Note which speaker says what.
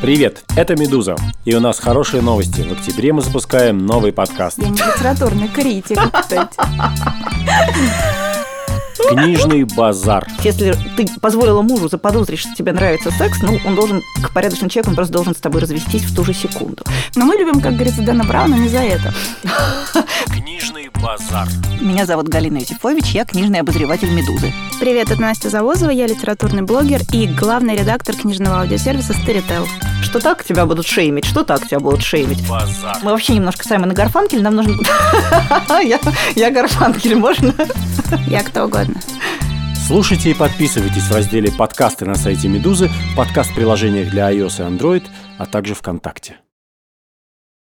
Speaker 1: Привет, это «Медуза», и у нас хорошие новости. В октябре мы запускаем новый подкаст.
Speaker 2: Я не литературный критик, кстати.
Speaker 1: Книжный базар.
Speaker 3: Если ты позволила мужу заподозрить, что тебе нравится секс, ну, он должен, к порядочному человеку, он просто должен с тобой развестись в ту же секунду.
Speaker 2: Но мы любим, как говорится, Дэна Брауна не за это.
Speaker 1: Книжный базар.
Speaker 3: Меня зовут Галина Юсифович, я книжный обозреватель «Медузы».
Speaker 2: Привет, это Настя Завозова, я литературный блогер и главный редактор книжного аудиосервиса Storytel.
Speaker 3: Что так тебя будут шеймить, что так тебя будут шеймить.
Speaker 1: Базар.
Speaker 3: Мы вообще немножко Саймон и Гарфанкель, нам нужен... Я, я Гарфанкель, можно?
Speaker 2: Я кто угодно.
Speaker 1: Слушайте и подписывайтесь в разделе «Подкасты» на сайте «Медузы», подкаст-приложениях для iOS и Android, а также ВКонтакте.